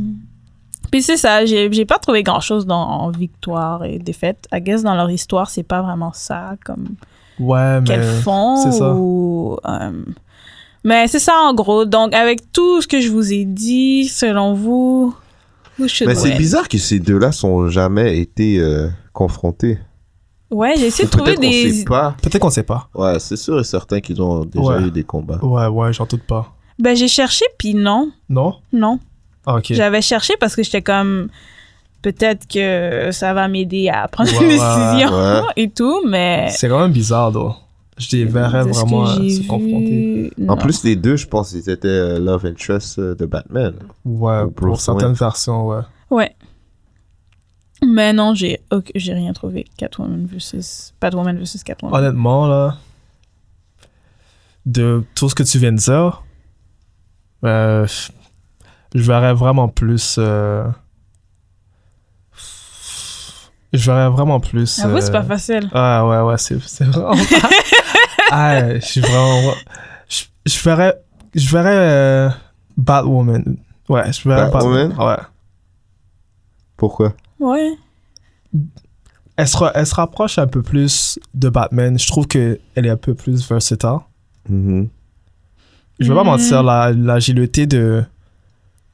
Speaker 4: Puis c'est ça, j'ai j'ai pas trouvé grand chose dans en victoire et défaite. I guess dans leur histoire, c'est pas vraiment ça comme
Speaker 5: Ouais, mais...
Speaker 4: qu'elles font.
Speaker 5: c'est ça.
Speaker 4: ou, euh, mais c'est ça en gros. Donc, avec tout ce que je vous ai dit, selon vous, who should
Speaker 6: Mais
Speaker 5: Ben,
Speaker 6: c'est
Speaker 4: win?
Speaker 6: bizarre que ces deux-là sont jamais été euh, confrontés.
Speaker 4: Ouais, j'ai essayé de
Speaker 6: Peut-être
Speaker 4: trouver
Speaker 6: qu'on
Speaker 4: des.
Speaker 6: sait pas.
Speaker 5: Peut-être qu'on sait pas.
Speaker 6: Ouais, c'est sûr et certain qu'ils ont déjà
Speaker 5: Ouais.
Speaker 6: eu des combats.
Speaker 5: Ouais, ouais, j'en doute pas.
Speaker 4: Ben, j'ai cherché, puis non.
Speaker 5: Non?
Speaker 4: Non.
Speaker 5: Ah, ok.
Speaker 4: J'avais cherché parce que j'étais comme. Peut-être que ça va m'aider à prendre
Speaker 5: Ouais,
Speaker 4: une
Speaker 5: ouais,
Speaker 4: décision
Speaker 6: ouais.
Speaker 4: et tout, mais.
Speaker 5: C'est quand même bizarre, though. Je les verrais
Speaker 4: de ce que
Speaker 5: vraiment euh,
Speaker 4: j'ai
Speaker 5: se
Speaker 4: vu,
Speaker 5: confronter.
Speaker 6: En
Speaker 4: non.
Speaker 6: plus, les deux, je pense qu'ils étaient euh, Love Interest euh, de Batman.
Speaker 5: Ouais,
Speaker 6: Ou
Speaker 5: pour
Speaker 6: Bruce
Speaker 5: certaines
Speaker 6: Wayne.
Speaker 5: versions, ouais.
Speaker 4: Ouais. Mais non, j'ai ok, j'ai rien trouvé. Catwoman versus. Batwoman versus
Speaker 5: Oh,
Speaker 4: Catwoman.
Speaker 5: Honnêtement, là, de tout ce que tu viens de dire, euh, je verrais vraiment plus. euh, je verrais vraiment plus.
Speaker 4: J'avoue,
Speaker 5: euh,
Speaker 4: c'est pas facile.
Speaker 5: Ah ouais, ouais, c'est c'est vraiment. ah, je suis vraiment. Je, je verrais. Je verrais. euh, Batwoman. Ouais, je verrais
Speaker 6: Batwoman?
Speaker 5: Ouais.
Speaker 6: Pourquoi
Speaker 4: Ouais.
Speaker 5: Elle se, ra- elle se rapproche un peu plus de Batman. Je trouve qu'elle est un peu plus versatile.
Speaker 6: Mhm.
Speaker 5: Je vais pas
Speaker 4: Mm.
Speaker 5: mentir, la- l'agilité de,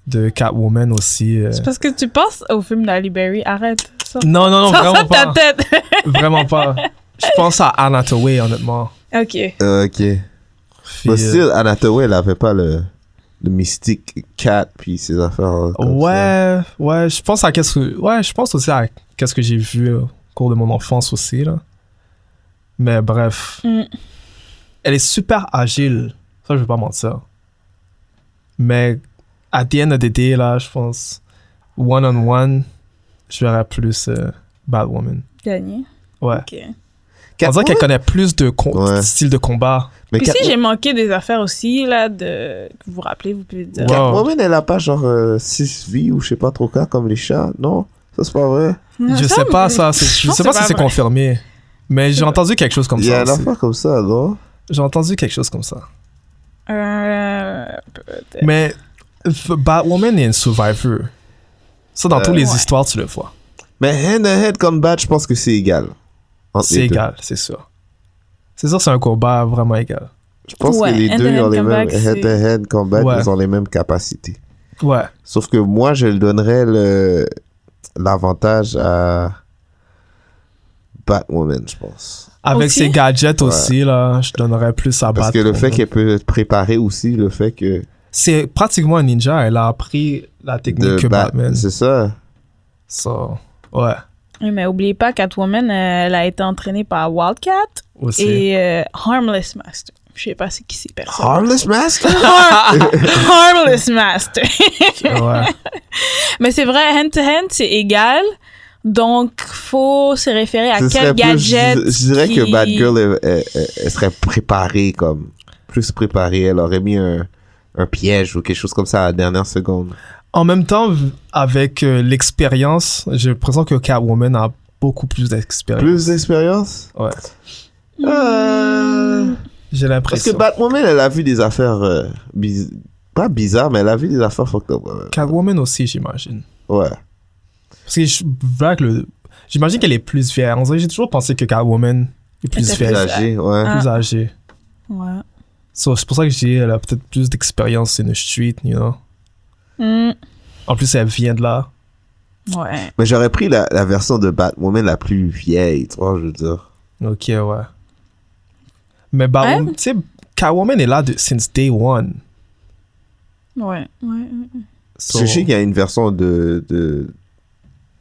Speaker 5: de Catwoman aussi. euh.
Speaker 4: C'est parce que tu penses au film d'Ali Berry. Arrête. Sors,
Speaker 5: Non, non, non,
Speaker 4: sors ça
Speaker 5: vraiment
Speaker 4: de ta
Speaker 5: pas.
Speaker 4: tête.
Speaker 5: Vraiment pas. Je pense à Anna Hathaway, honnêtement.
Speaker 4: ok.
Speaker 6: Euh, Ok.
Speaker 5: Puis,
Speaker 6: Mais
Speaker 5: euh,
Speaker 6: still, Anna Hathaway, elle avait pas le, le mystique cat puis ses affaires. euh, comme ça.
Speaker 5: ouais, ouais, je pense à qu'est-ce que. Ouais, je pense aussi à qu'est-ce que j'ai vu euh, au cours de mon enfance aussi, là. Mais bref.
Speaker 4: Mm.
Speaker 5: Elle est super agile. Ça, je vais pas mentir. Mais à the end of the day, là, je pense, one-on-one, je verrais plus euh, Batwoman.
Speaker 4: Gagné.
Speaker 5: Ouais.
Speaker 4: Ok.
Speaker 5: On dirait
Speaker 6: Catwoman?
Speaker 5: qu'elle connaît plus de con-
Speaker 6: Ouais.
Speaker 5: styles de combat.
Speaker 6: Mais
Speaker 4: Puis si
Speaker 6: Catwoman-
Speaker 4: j'ai manqué des affaires aussi, là, de... que vous vous rappelez, vous pouvez le dire.
Speaker 5: Ouais. Wow.
Speaker 6: Catwoman, elle a pas genre 6 vies ou je sais pas trop quoi comme les chats. Non, ça c'est pas vrai.
Speaker 4: Non,
Speaker 5: je
Speaker 4: ça,
Speaker 5: sais pas
Speaker 4: mais-
Speaker 5: ça, c'est- je
Speaker 4: pense
Speaker 5: sais
Speaker 4: que
Speaker 5: pas si c'est
Speaker 4: vrai.
Speaker 5: confirmé. Mais j'ai entendu quelque chose comme
Speaker 6: Il y a
Speaker 5: ça.
Speaker 6: une
Speaker 5: aussi.
Speaker 6: affaire comme ça, non
Speaker 5: J'ai entendu quelque chose comme ça.
Speaker 4: Euh, peut-être.
Speaker 5: Mais f- Batwoman est une survivor. Ça, dans
Speaker 6: Euh,
Speaker 5: toutes les
Speaker 4: ouais.
Speaker 5: histoires, tu le vois.
Speaker 6: Mais head-to-head combat, je pense que c'est égal. Entre les
Speaker 5: C'est
Speaker 6: deux.
Speaker 5: égal, c'est sûr. C'est sûr, c'est un combat vraiment égal.
Speaker 6: Je pense
Speaker 4: Ouais,
Speaker 6: que les deux
Speaker 4: head-to-head
Speaker 6: ils ont les mêmes
Speaker 4: combat, c'est-
Speaker 6: head-to-head combat,
Speaker 5: Ouais.
Speaker 6: ils ont les mêmes capacités.
Speaker 5: Ouais.
Speaker 6: Sauf que moi, je le donnerais le- l'avantage à Batwoman, je pense.
Speaker 5: Avec
Speaker 4: Aussi?
Speaker 5: ses gadgets aussi, là, je donnerais plus à
Speaker 6: Parce que
Speaker 5: Batwoman.
Speaker 6: le fait qu'elle peut être préparée aussi, le fait que
Speaker 5: C'est pratiquement un ninja, elle a appris la technique
Speaker 6: de
Speaker 5: que
Speaker 6: Bat-
Speaker 5: Batman.
Speaker 6: c'est ça.
Speaker 5: So, ouais,
Speaker 4: Oui, mais oubliez pas, Catwoman, euh, elle a été entraînée par Wildcat
Speaker 5: aussi.
Speaker 4: et euh, Harmless Master. Je sais pas c'est qui c'est personne.
Speaker 6: Harmless Mask.
Speaker 4: Harmless Master.
Speaker 5: Ouais.
Speaker 4: mais c'est vrai, hand to hand, c'est égal. Donc, faut se référer à
Speaker 6: Ce serait
Speaker 4: quel
Speaker 6: plus-
Speaker 4: gadget.
Speaker 6: je, je dirais que
Speaker 4: qui-
Speaker 6: Batgirl, elle, elle- elle- elle serait préparée comme plus préparée. Elle aurait mis un, un piège ou quelque chose comme ça à la dernière seconde.
Speaker 5: En même temps, v- avec euh, l'expérience, j'ai l'impression que Catwoman a beaucoup plus d'expérience.
Speaker 6: Plus d'expérience.
Speaker 5: Ouais.
Speaker 4: Mm.
Speaker 6: Euh,
Speaker 5: J'ai
Speaker 6: parce que
Speaker 5: l'impression.
Speaker 6: Batwoman, elle a vu des affaires euh, biz- pas bizarres, mais elle a vu des affaires fucked up. euh,
Speaker 5: Catwoman aussi, j'imagine.
Speaker 6: Ouais.
Speaker 5: Parce que je vois que le- J'imagine qu'elle est plus vieille. En vrai, j'ai toujours pensé que Catwoman est plus
Speaker 4: Était
Speaker 5: vieille,
Speaker 6: Plus
Speaker 4: Plus
Speaker 6: âgée, ouais.
Speaker 5: plus âgée.
Speaker 4: Ouais.
Speaker 5: So, c'est pour ça que j'ai elle a peut-être plus d'expérience in the street, you know.
Speaker 4: Mm,
Speaker 5: En plus, elle vient de là.
Speaker 4: ouais.
Speaker 6: Mais j'aurais pris la, la version de Batwoman la plus vieille, tu vois, je veux dire.
Speaker 5: Ok, ouais. Mais Batwoman, tu sais, Catwoman est là de, since day one.
Speaker 4: Ouais. Ouais.
Speaker 5: So-
Speaker 6: Je sais qu'il y a une version de de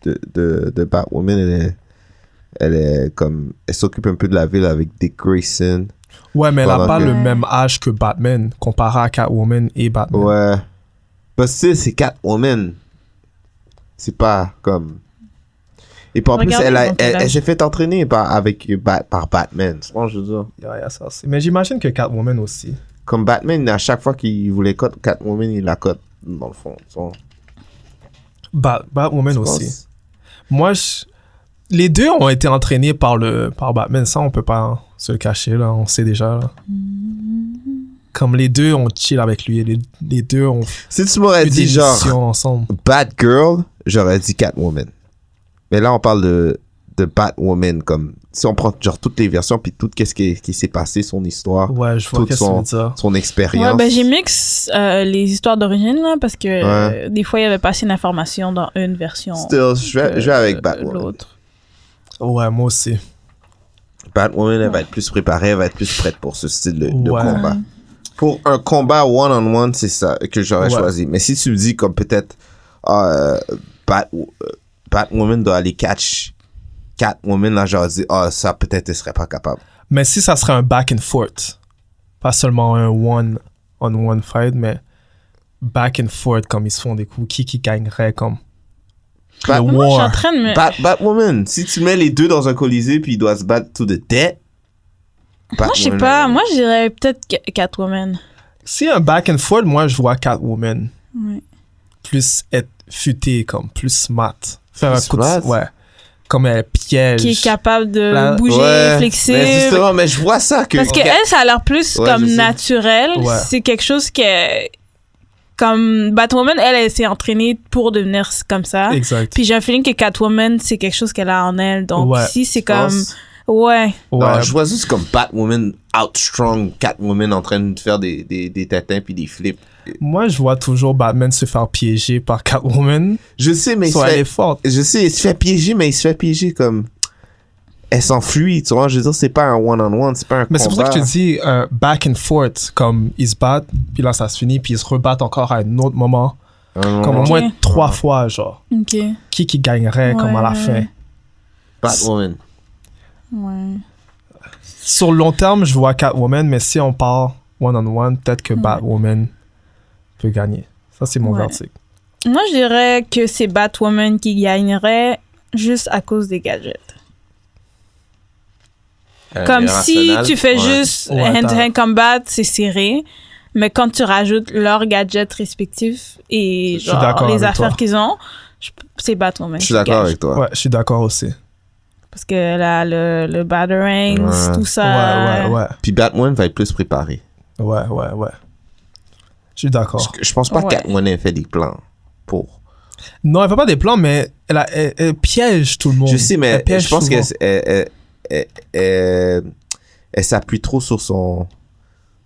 Speaker 6: de, de, de Batwoman, elle est, elle est comme, elle s'occupe un peu de la ville avec Dick Grayson.
Speaker 5: Ouais, mais elle
Speaker 6: Voilà,
Speaker 5: a pas
Speaker 6: ok.
Speaker 5: le
Speaker 4: Ouais.
Speaker 5: même âge que Batman, comparé à Catwoman et Batman.
Speaker 6: Ouais. Parce que tu sais, c'est Catwoman. C'est pas comme. Et puis en plus,
Speaker 4: Regardez
Speaker 6: elle, a-
Speaker 4: dans quel
Speaker 6: elle, elle
Speaker 4: âge.
Speaker 6: s'est fait entraîner par, avec, Bat- par Batman, tu vois, je veux dire.
Speaker 5: Yeah, yeah, ça, c'est- mais j'imagine que Catwoman aussi.
Speaker 6: Comme Batman, à chaque fois qu'il voulait cote, Catwoman, il la cote, dans le fond. tu vois.
Speaker 5: Bat- Batwoman
Speaker 6: Je
Speaker 5: aussi.
Speaker 6: pense.
Speaker 5: Moi, je- les deux ont été entraînés par, le, par Batman. Ça, on peut pas se le cacher, là. On sait déjà, là. Comme les deux ont chill avec lui. Les, les deux ont fait
Speaker 6: Si tu m'aurais
Speaker 5: des
Speaker 6: dit genre
Speaker 5: missions ensemble.
Speaker 6: Batgirl, j'aurais dit Catwoman. Mais là, on parle de, de Batwoman comme si on prend genre toutes les versions puis tout qu'est-ce qui, qui s'est passé, son histoire,
Speaker 5: Ouais, je vois
Speaker 6: toutes
Speaker 5: qu'est-ce que tu
Speaker 6: sont-
Speaker 5: veux dire.
Speaker 6: son expérience.
Speaker 4: Ouais, ben j'ai mix euh, les histoires d'origine, là, parce que euh, des fois, il y avait pas assez d'informations dans une version.
Speaker 6: Still, je vais,
Speaker 4: que
Speaker 6: je vais avec
Speaker 4: de
Speaker 6: Batwoman.
Speaker 4: Euh, l'autre.
Speaker 5: Ouais, moi aussi.
Speaker 6: Batwoman, elle va être plus préparée, elle va être plus prête pour ce style de, de
Speaker 5: Ouais.
Speaker 6: combat. Pour un combat one-on-one, c'est ça que j'aurais
Speaker 5: Ouais.
Speaker 6: choisi. Mais si tu me dis comme peut-être ah, euh, Bat- euh, Batwoman doit aller catch Catwoman, là, j'aurais dit, ah, ça, peut-être, elle serait pas capable.
Speaker 5: Mais si ça serait un back and forth, pas seulement un one on one fight, mais back and forth comme ils se font des coups, qui qui gagnerait comme
Speaker 6: Bat-
Speaker 5: le
Speaker 4: Mais Moi, je suis en
Speaker 5: war.
Speaker 4: train de me.
Speaker 6: Bat- Batwoman, si tu mets les deux dans un colisée puis ils doivent se battre tout de tête. euh,
Speaker 4: moi, je sais pas. Moi, je dirais peut-être Ca- Catwoman.
Speaker 5: Si un back and forth, moi je vois Catwoman
Speaker 4: Ouais.
Speaker 5: plus être futée comme plus smart, faire
Speaker 6: Plus
Speaker 5: un coup de
Speaker 6: smart?
Speaker 5: ouais, comme un piège.
Speaker 4: Qui est capable de
Speaker 5: La-
Speaker 4: bouger, flexible.
Speaker 6: Mais justement, mais je vois Ben, ça que.
Speaker 4: Parce que
Speaker 6: Regarde,
Speaker 4: elle, ça a l'air plus
Speaker 6: Ouais, je
Speaker 4: comme
Speaker 6: sais.
Speaker 4: naturel.
Speaker 5: Ouais.
Speaker 4: C'est quelque chose que. Comme Batwoman, elle, elle s'est entraînée pour devenir s- comme ça.
Speaker 5: Exact.
Speaker 4: Puis j'ai un feeling que Catwoman, c'est quelque chose qu'elle a en elle. Donc
Speaker 5: Ouais.
Speaker 4: ici, c'est
Speaker 6: je pense-
Speaker 4: comme. Ouais.
Speaker 5: Ouais.
Speaker 6: Non, je vois juste comme Batwoman out strong, Catwoman en train de faire des, des, des tatins puis des flips.
Speaker 5: Moi je vois toujours Batman se faire piéger par Catwoman.
Speaker 6: Je sais, mais il se
Speaker 5: Soit elle
Speaker 6: fait,
Speaker 5: est forte.
Speaker 6: je sais, il se fait piéger, mais il se fait piéger comme. Elle s'enfuit, tu vois. Je veux dire, c'est pas un one-on-one, c'est pas un
Speaker 5: Mais c'est pour ça
Speaker 6: combat.
Speaker 5: que je te dis un back and forth comme ils se battent, puis là ça se finit, puis ils se rebattent encore à un autre moment.
Speaker 6: Un
Speaker 5: Comme au
Speaker 6: one-on-one.
Speaker 5: moins trois fois, genre.
Speaker 4: Ok.
Speaker 5: Qui qui gagnerait, comme à la
Speaker 4: Ouais.
Speaker 5: fin.
Speaker 6: Batwoman.
Speaker 4: Ouais.
Speaker 5: Sur le long terme, je vois Catwoman, mais si on part one-on-one, peut-être que Batwoman peut gagner. Ça, c'est mon
Speaker 4: Ouais.
Speaker 5: verdict.
Speaker 4: Moi, je dirais que c'est Batwoman qui gagnerait juste à cause des gadgets.
Speaker 7: Euh,
Speaker 4: Comme
Speaker 7: les
Speaker 4: si
Speaker 7: rationales,
Speaker 4: tu fais
Speaker 7: ouais.
Speaker 4: juste
Speaker 5: Ouais,
Speaker 4: hand-to-hand combat, c'est serré. Mais quand tu rajoutes leurs gadgets respectifs et
Speaker 5: Je suis
Speaker 4: genre,
Speaker 5: d'accord
Speaker 4: les
Speaker 5: avec
Speaker 4: affaires
Speaker 5: toi.
Speaker 4: qu'ils ont, je- c'est
Speaker 6: Je
Speaker 4: Batwoman. qui
Speaker 6: suis d'accord
Speaker 4: gagne.
Speaker 6: avec toi.
Speaker 5: Ouais, je suis d'accord aussi.
Speaker 4: Parce que là, le, le Batarangs,
Speaker 6: Ouais.
Speaker 4: tout ça.
Speaker 5: Ouais, ouais, ouais.
Speaker 6: Puis Batman va être plus préparé.
Speaker 5: Ouais, ouais, ouais. Je suis d'accord.
Speaker 6: Je, je pense pas
Speaker 4: Ouais.
Speaker 6: que Catwoman ait fait des plans pour.
Speaker 5: Non, elle fait pas des plans, mais elle, a- elle- elle piège tout le monde.
Speaker 6: Je sais, mais
Speaker 5: Elle piège
Speaker 6: je pense
Speaker 5: souvent.
Speaker 6: qu'elle elle, elle- elle- elle- elle s'appuie trop sur son,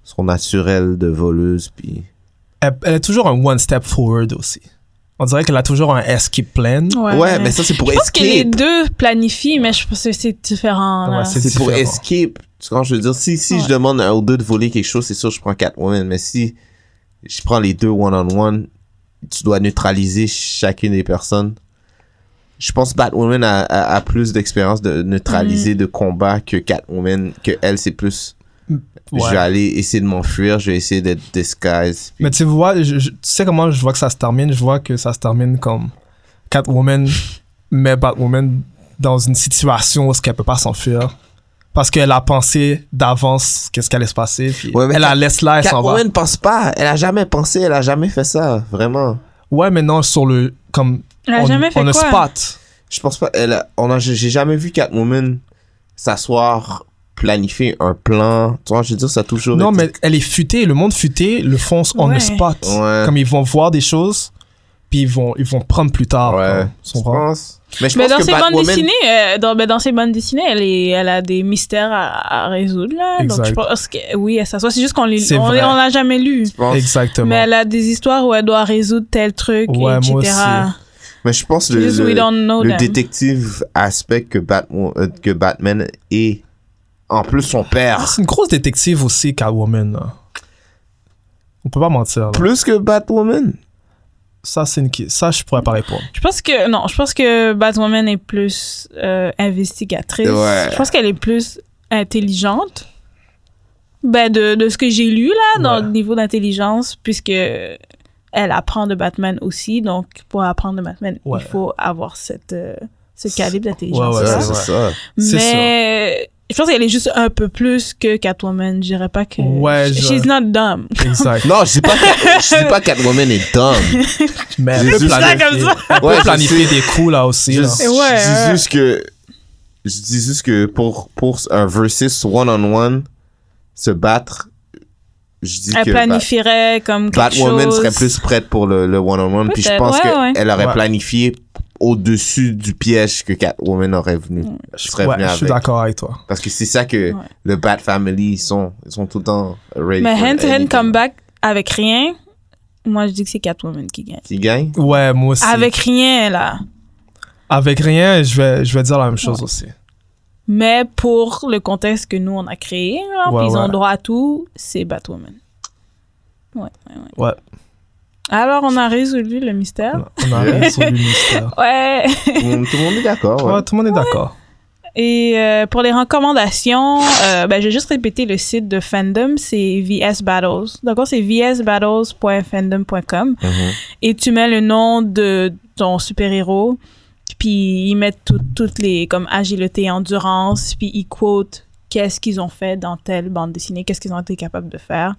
Speaker 6: son naturel de voleuse. Puis...
Speaker 5: Elle, elle a toujours un one step forward aussi. On dirait qu'elle a toujours un escape plan.
Speaker 6: Ouais, mais ça, c'est pour
Speaker 4: Je pense que les
Speaker 6: escape.
Speaker 4: deux planifient, mais je pense que c'est différent. là.
Speaker 5: Ouais, c'est
Speaker 6: C'est pour
Speaker 5: différent.
Speaker 6: escape. Tu comprends, je veux dire, si, si
Speaker 4: Ouais.
Speaker 6: je demande à un ou deux de voler quelque chose, c'est sûr que je prends Catwoman. Mais si je prends les deux one-on-one, tu dois neutraliser chacune des personnes. Je pense que Batwoman a, a- a plus d'expérience de
Speaker 5: Mm.
Speaker 6: neutraliser de combat que Catwoman, que elle, c'est plus. Je vais
Speaker 5: Ouais.
Speaker 6: aller essayer de m'enfuir, je vais essayer d'être disguise. Puis-
Speaker 5: Mais tu vois, je- je- tu sais comment je vois que ça se termine? Je vois que ça se termine comme Catwoman met Batwoman dans une situation où ce qu'elle peut pas s'enfuir. Parce qu'elle a pensé d'avance qu'est-ce qu'elle allait se passer. Puis
Speaker 6: Ouais, mais
Speaker 5: elle la
Speaker 6: Cat-
Speaker 5: laisse là, elle s'en va.
Speaker 6: Catwoman ne pense pas, elle a jamais pensé, elle a jamais fait ça, vraiment.
Speaker 5: Ouais, mais non, sur le. Comme,
Speaker 4: Elle a
Speaker 5: on,
Speaker 4: jamais fait
Speaker 5: on a
Speaker 4: quoi?
Speaker 5: spot.
Speaker 6: Je pense pas. Elle a- on a, j'ai j'ai jamais vu Catwoman s'asseoir, planifier un plan. Tu vois, je veux dire, ça a toujours.
Speaker 5: Non,
Speaker 6: été-
Speaker 5: mais elle est futée. Le monde futé le fonce on
Speaker 4: Ouais.
Speaker 5: the spot.
Speaker 6: Ouais.
Speaker 5: Comme ils vont voir des choses, puis ils vont, ils vont prendre plus tard.
Speaker 6: Ouais.
Speaker 5: comme, tu
Speaker 6: Tu
Speaker 5: comprends?
Speaker 6: penses? Mais je
Speaker 4: Mais
Speaker 6: pense
Speaker 4: dans
Speaker 6: que
Speaker 4: ses bandes
Speaker 6: Batwoman-
Speaker 4: dessinées, euh, dans, mais dans ses bandes dessinées, elle, est- elle a des mystères à, à résoudre là. Donc
Speaker 5: Exact.
Speaker 4: je pense que oui, elle s'assoit. C'est juste qu'on les,
Speaker 5: C'est
Speaker 4: on, les-
Speaker 5: vrai.
Speaker 4: on l'a jamais lu.
Speaker 6: Je pense-
Speaker 5: Exactement.
Speaker 4: Mais elle a des histoires où elle doit résoudre tel truc,
Speaker 5: Ouais, moi
Speaker 4: etc.
Speaker 5: aussi.
Speaker 6: Mais je pense le,
Speaker 4: Just we
Speaker 6: le,
Speaker 4: don't know
Speaker 6: le
Speaker 4: them.
Speaker 6: détective aspect que, Batmo- euh, que Batman est. En plus, son
Speaker 5: Ah,
Speaker 6: père.
Speaker 5: c'est une grosse détective aussi, Catwoman. là. On peut pas mentir. là.
Speaker 6: Plus que Batwoman.
Speaker 5: Ça, c'est une... qui- ça, je pourrais pas répondre.
Speaker 4: Je pense que non, je pense que Batwoman est plus euh, investigatrice.
Speaker 6: Ouais.
Speaker 4: Je pense qu'elle est plus intelligente. Ben de, de ce que j'ai lu là dans
Speaker 5: Ouais.
Speaker 4: le niveau d'intelligence puisque elle apprend de Batman aussi donc pour apprendre de Batman
Speaker 5: Ouais.
Speaker 4: il faut avoir cette euh, ce calibre
Speaker 5: Ouais,
Speaker 4: d'intelligence
Speaker 5: Ah ouais,
Speaker 6: Ça,
Speaker 4: là.
Speaker 5: c'est
Speaker 6: c'est
Speaker 5: vrai.
Speaker 6: ça.
Speaker 5: C'est
Speaker 4: mais je pense qu'elle est juste un peu plus que Catwoman je dirais pas que
Speaker 5: Ouais, je-
Speaker 4: she's not dumb
Speaker 5: Exact.
Speaker 6: Non, je dis pas, que- je dis pas que Catwoman est dumb.
Speaker 5: Mais
Speaker 6: Je
Speaker 5: elle peut
Speaker 6: dis ça
Speaker 5: planifier,
Speaker 4: comme ça.
Speaker 5: elle peut
Speaker 6: Ouais, je
Speaker 5: planifier des coups là aussi.
Speaker 6: Je,
Speaker 5: là.
Speaker 6: je
Speaker 4: Ouais,
Speaker 6: dis
Speaker 4: ouais.
Speaker 6: juste que je dis juste que pour pour un versus one on one se battre, je dis
Speaker 4: elle
Speaker 6: que
Speaker 4: planifierait comme
Speaker 6: Bat-
Speaker 4: quelque
Speaker 6: Batwoman
Speaker 4: chose.
Speaker 6: serait plus prête pour le, le one on one puis je
Speaker 4: Peut-être,
Speaker 6: pense
Speaker 4: ouais, ouais.
Speaker 6: qu'elle aurait
Speaker 5: Ouais.
Speaker 6: planifié au-dessus du piège que Catwoman aurait venu.
Speaker 5: Je,
Speaker 6: serais
Speaker 5: ouais,
Speaker 6: venu
Speaker 5: je suis
Speaker 6: avec.
Speaker 5: d'accord avec toi.
Speaker 6: Parce que c'est ça que
Speaker 4: Ouais.
Speaker 6: le Bat Family ils sont ils sont tout le temps ready.
Speaker 4: Mais
Speaker 6: for
Speaker 4: hand-to-hand
Speaker 6: anything.
Speaker 4: comeback avec rien, moi je dis que c'est Catwoman qui gagne.
Speaker 6: qui gagne
Speaker 5: Ouais, moi aussi.
Speaker 4: Avec rien, là.
Speaker 5: Avec rien, je vais, je vais dire la même chose aussi.
Speaker 4: Mais pour le contexte que nous on a créé, là,
Speaker 5: Ouais,
Speaker 4: puis ils ont
Speaker 5: ouais.
Speaker 4: droit à tout, c'est Batwoman. Ouais, ouais, ouais.
Speaker 5: Ouais.
Speaker 4: Alors on a résolu le mystère.
Speaker 5: On a rien sur le mystère.
Speaker 4: Ouais.
Speaker 6: tout, le monde- tout le monde est d'accord. ouais.
Speaker 5: Ouais, tout le monde est d'accord.
Speaker 4: Et euh, pour les recommandations, euh, ben, je vais juste répéter le site de Fandom, c'est VS Battles. D'accord, c'est vsbattles.fandom.com.
Speaker 6: Mhm.
Speaker 4: et tu mets le nom de ton super-héros, puis ils mettent tout- toutes les comme agilité, endurance, puis ils quotent qu'est-ce qu'ils ont fait dans telle bande dessinée, qu'est-ce qu'ils ont été capables de faire.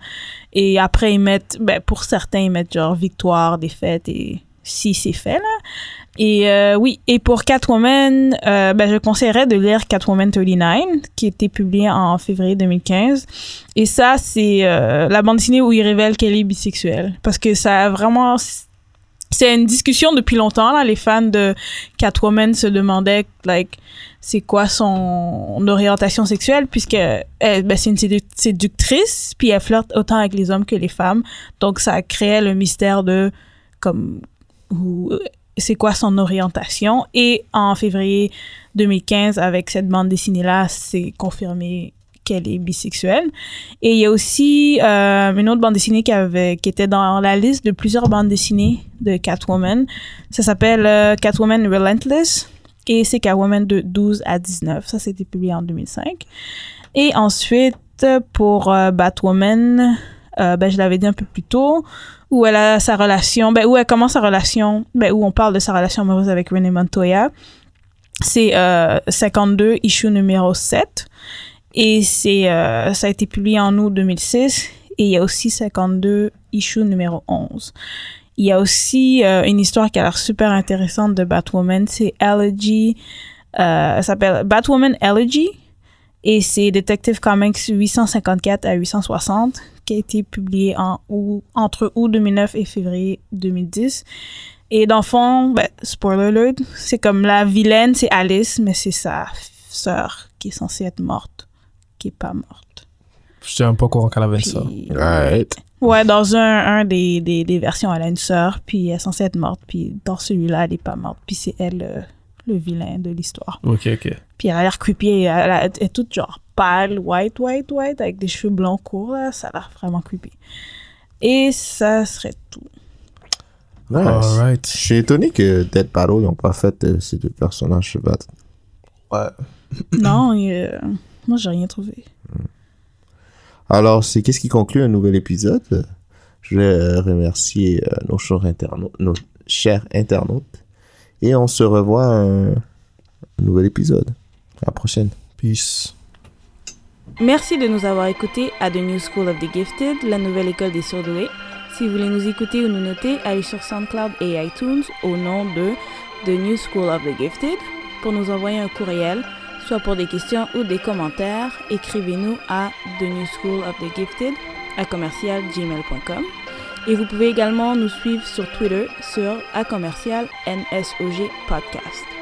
Speaker 4: Et après, ils mettent, ben, pour certains, ils mettent genre victoire, défaite et si c'est fait, là. Et euh, oui, et pour Catwoman, euh, ben, je conseillerais de lire Catwoman 39, qui était publié en février 2015. Et ça, c'est euh, la bande dessinée où il révèle qu'elle est bisexuelle. Parce que ça a vraiment. C'est une discussion depuis longtemps. Là. Les fans de Catwoman se demandaient, like, c'est quoi son orientation sexuelle, puisque elle, ben, c'est une sédu- séductrice, puis elle flirte autant avec les hommes que les femmes. Donc, ça créait le mystère de, comme, où- c'est quoi son orientation. Et en février 2015, avec cette bande dessinée-là, c'est confirmé qu'elle est bisexuelle. Et il y a aussi euh, une autre bande dessinée qui, avait, qui était dans la liste de plusieurs bandes dessinées de Catwoman. Ça s'appelle euh, Catwoman Relentless et c'est Catwoman de 12 à 19. Ça, c'était publié en 2005. Et ensuite, pour euh, Batwoman, euh, ben, je l'avais dit un peu plus tôt, où elle a sa relation, ben, où elle commence sa relation, ben, où on parle de sa relation amoureuse avec René Montoya. C'est euh, 52, issue numéro 7. Et c'est, euh, ça a été publié en août 2006. Et il y a aussi 52, issue numéro 11. Il y a aussi euh, une histoire qui a l'air super intéressante de Batwoman. C'est Elegy. Euh, elle s'appelle Batwoman Elegy. Et c'est Detective Comics 854 à 860 qui a été publié en août- entre août 2009 et février 2010. Et dans le fond, ben, spoiler alert, c'est comme la vilaine, c'est Alice, mais c'est sa sœur qui est censée être morte, qui est pas morte.
Speaker 5: Je même pas au courant qu'elle avait ça.
Speaker 4: Puis-
Speaker 6: Right.
Speaker 4: Ouais, dans un, un des, des, des versions, elle a une sœur, puis elle est censée être morte, puis dans celui-là, elle est pas morte, puis c'est elle euh, le vilain de l'histoire.
Speaker 5: Ok, ok.
Speaker 4: Puis elle a l'air creepy, et elle, a- elle est toute genre pâle, white, white, white, avec des cheveux blonds courts, là, ça a l'air vraiment creepy. Et ça serait tout.
Speaker 6: Nice. Je
Speaker 5: Alright.
Speaker 6: suis étonné que Dead Battle, ils n'ont pas fait euh, ces deux personnages se battre.
Speaker 5: Ouais.
Speaker 4: non, et, euh, moi j'ai rien trouvé.
Speaker 6: Alors, c'est qu'est-ce qui conclut un nouvel épisode Je vais euh, remercier euh, nos, chers internautes, nos chers internautes. Et on se revoit euh, un nouvel épisode. À la prochaine.
Speaker 5: Peace.
Speaker 7: Merci de nous avoir écoutés à The New School of the Gifted, la nouvelle école des surdoués. Si vous voulez nous écouter ou nous noter, allez sur SoundCloud et iTunes au nom de The New School of the Gifted. Pour nous envoyer un courriel, soit pour des questions ou des commentaires, écrivez-nous à The New School of the Gifted à commercialgmail.com. Et vous pouvez également nous suivre sur Twitter sur à commercial NSOG Podcast.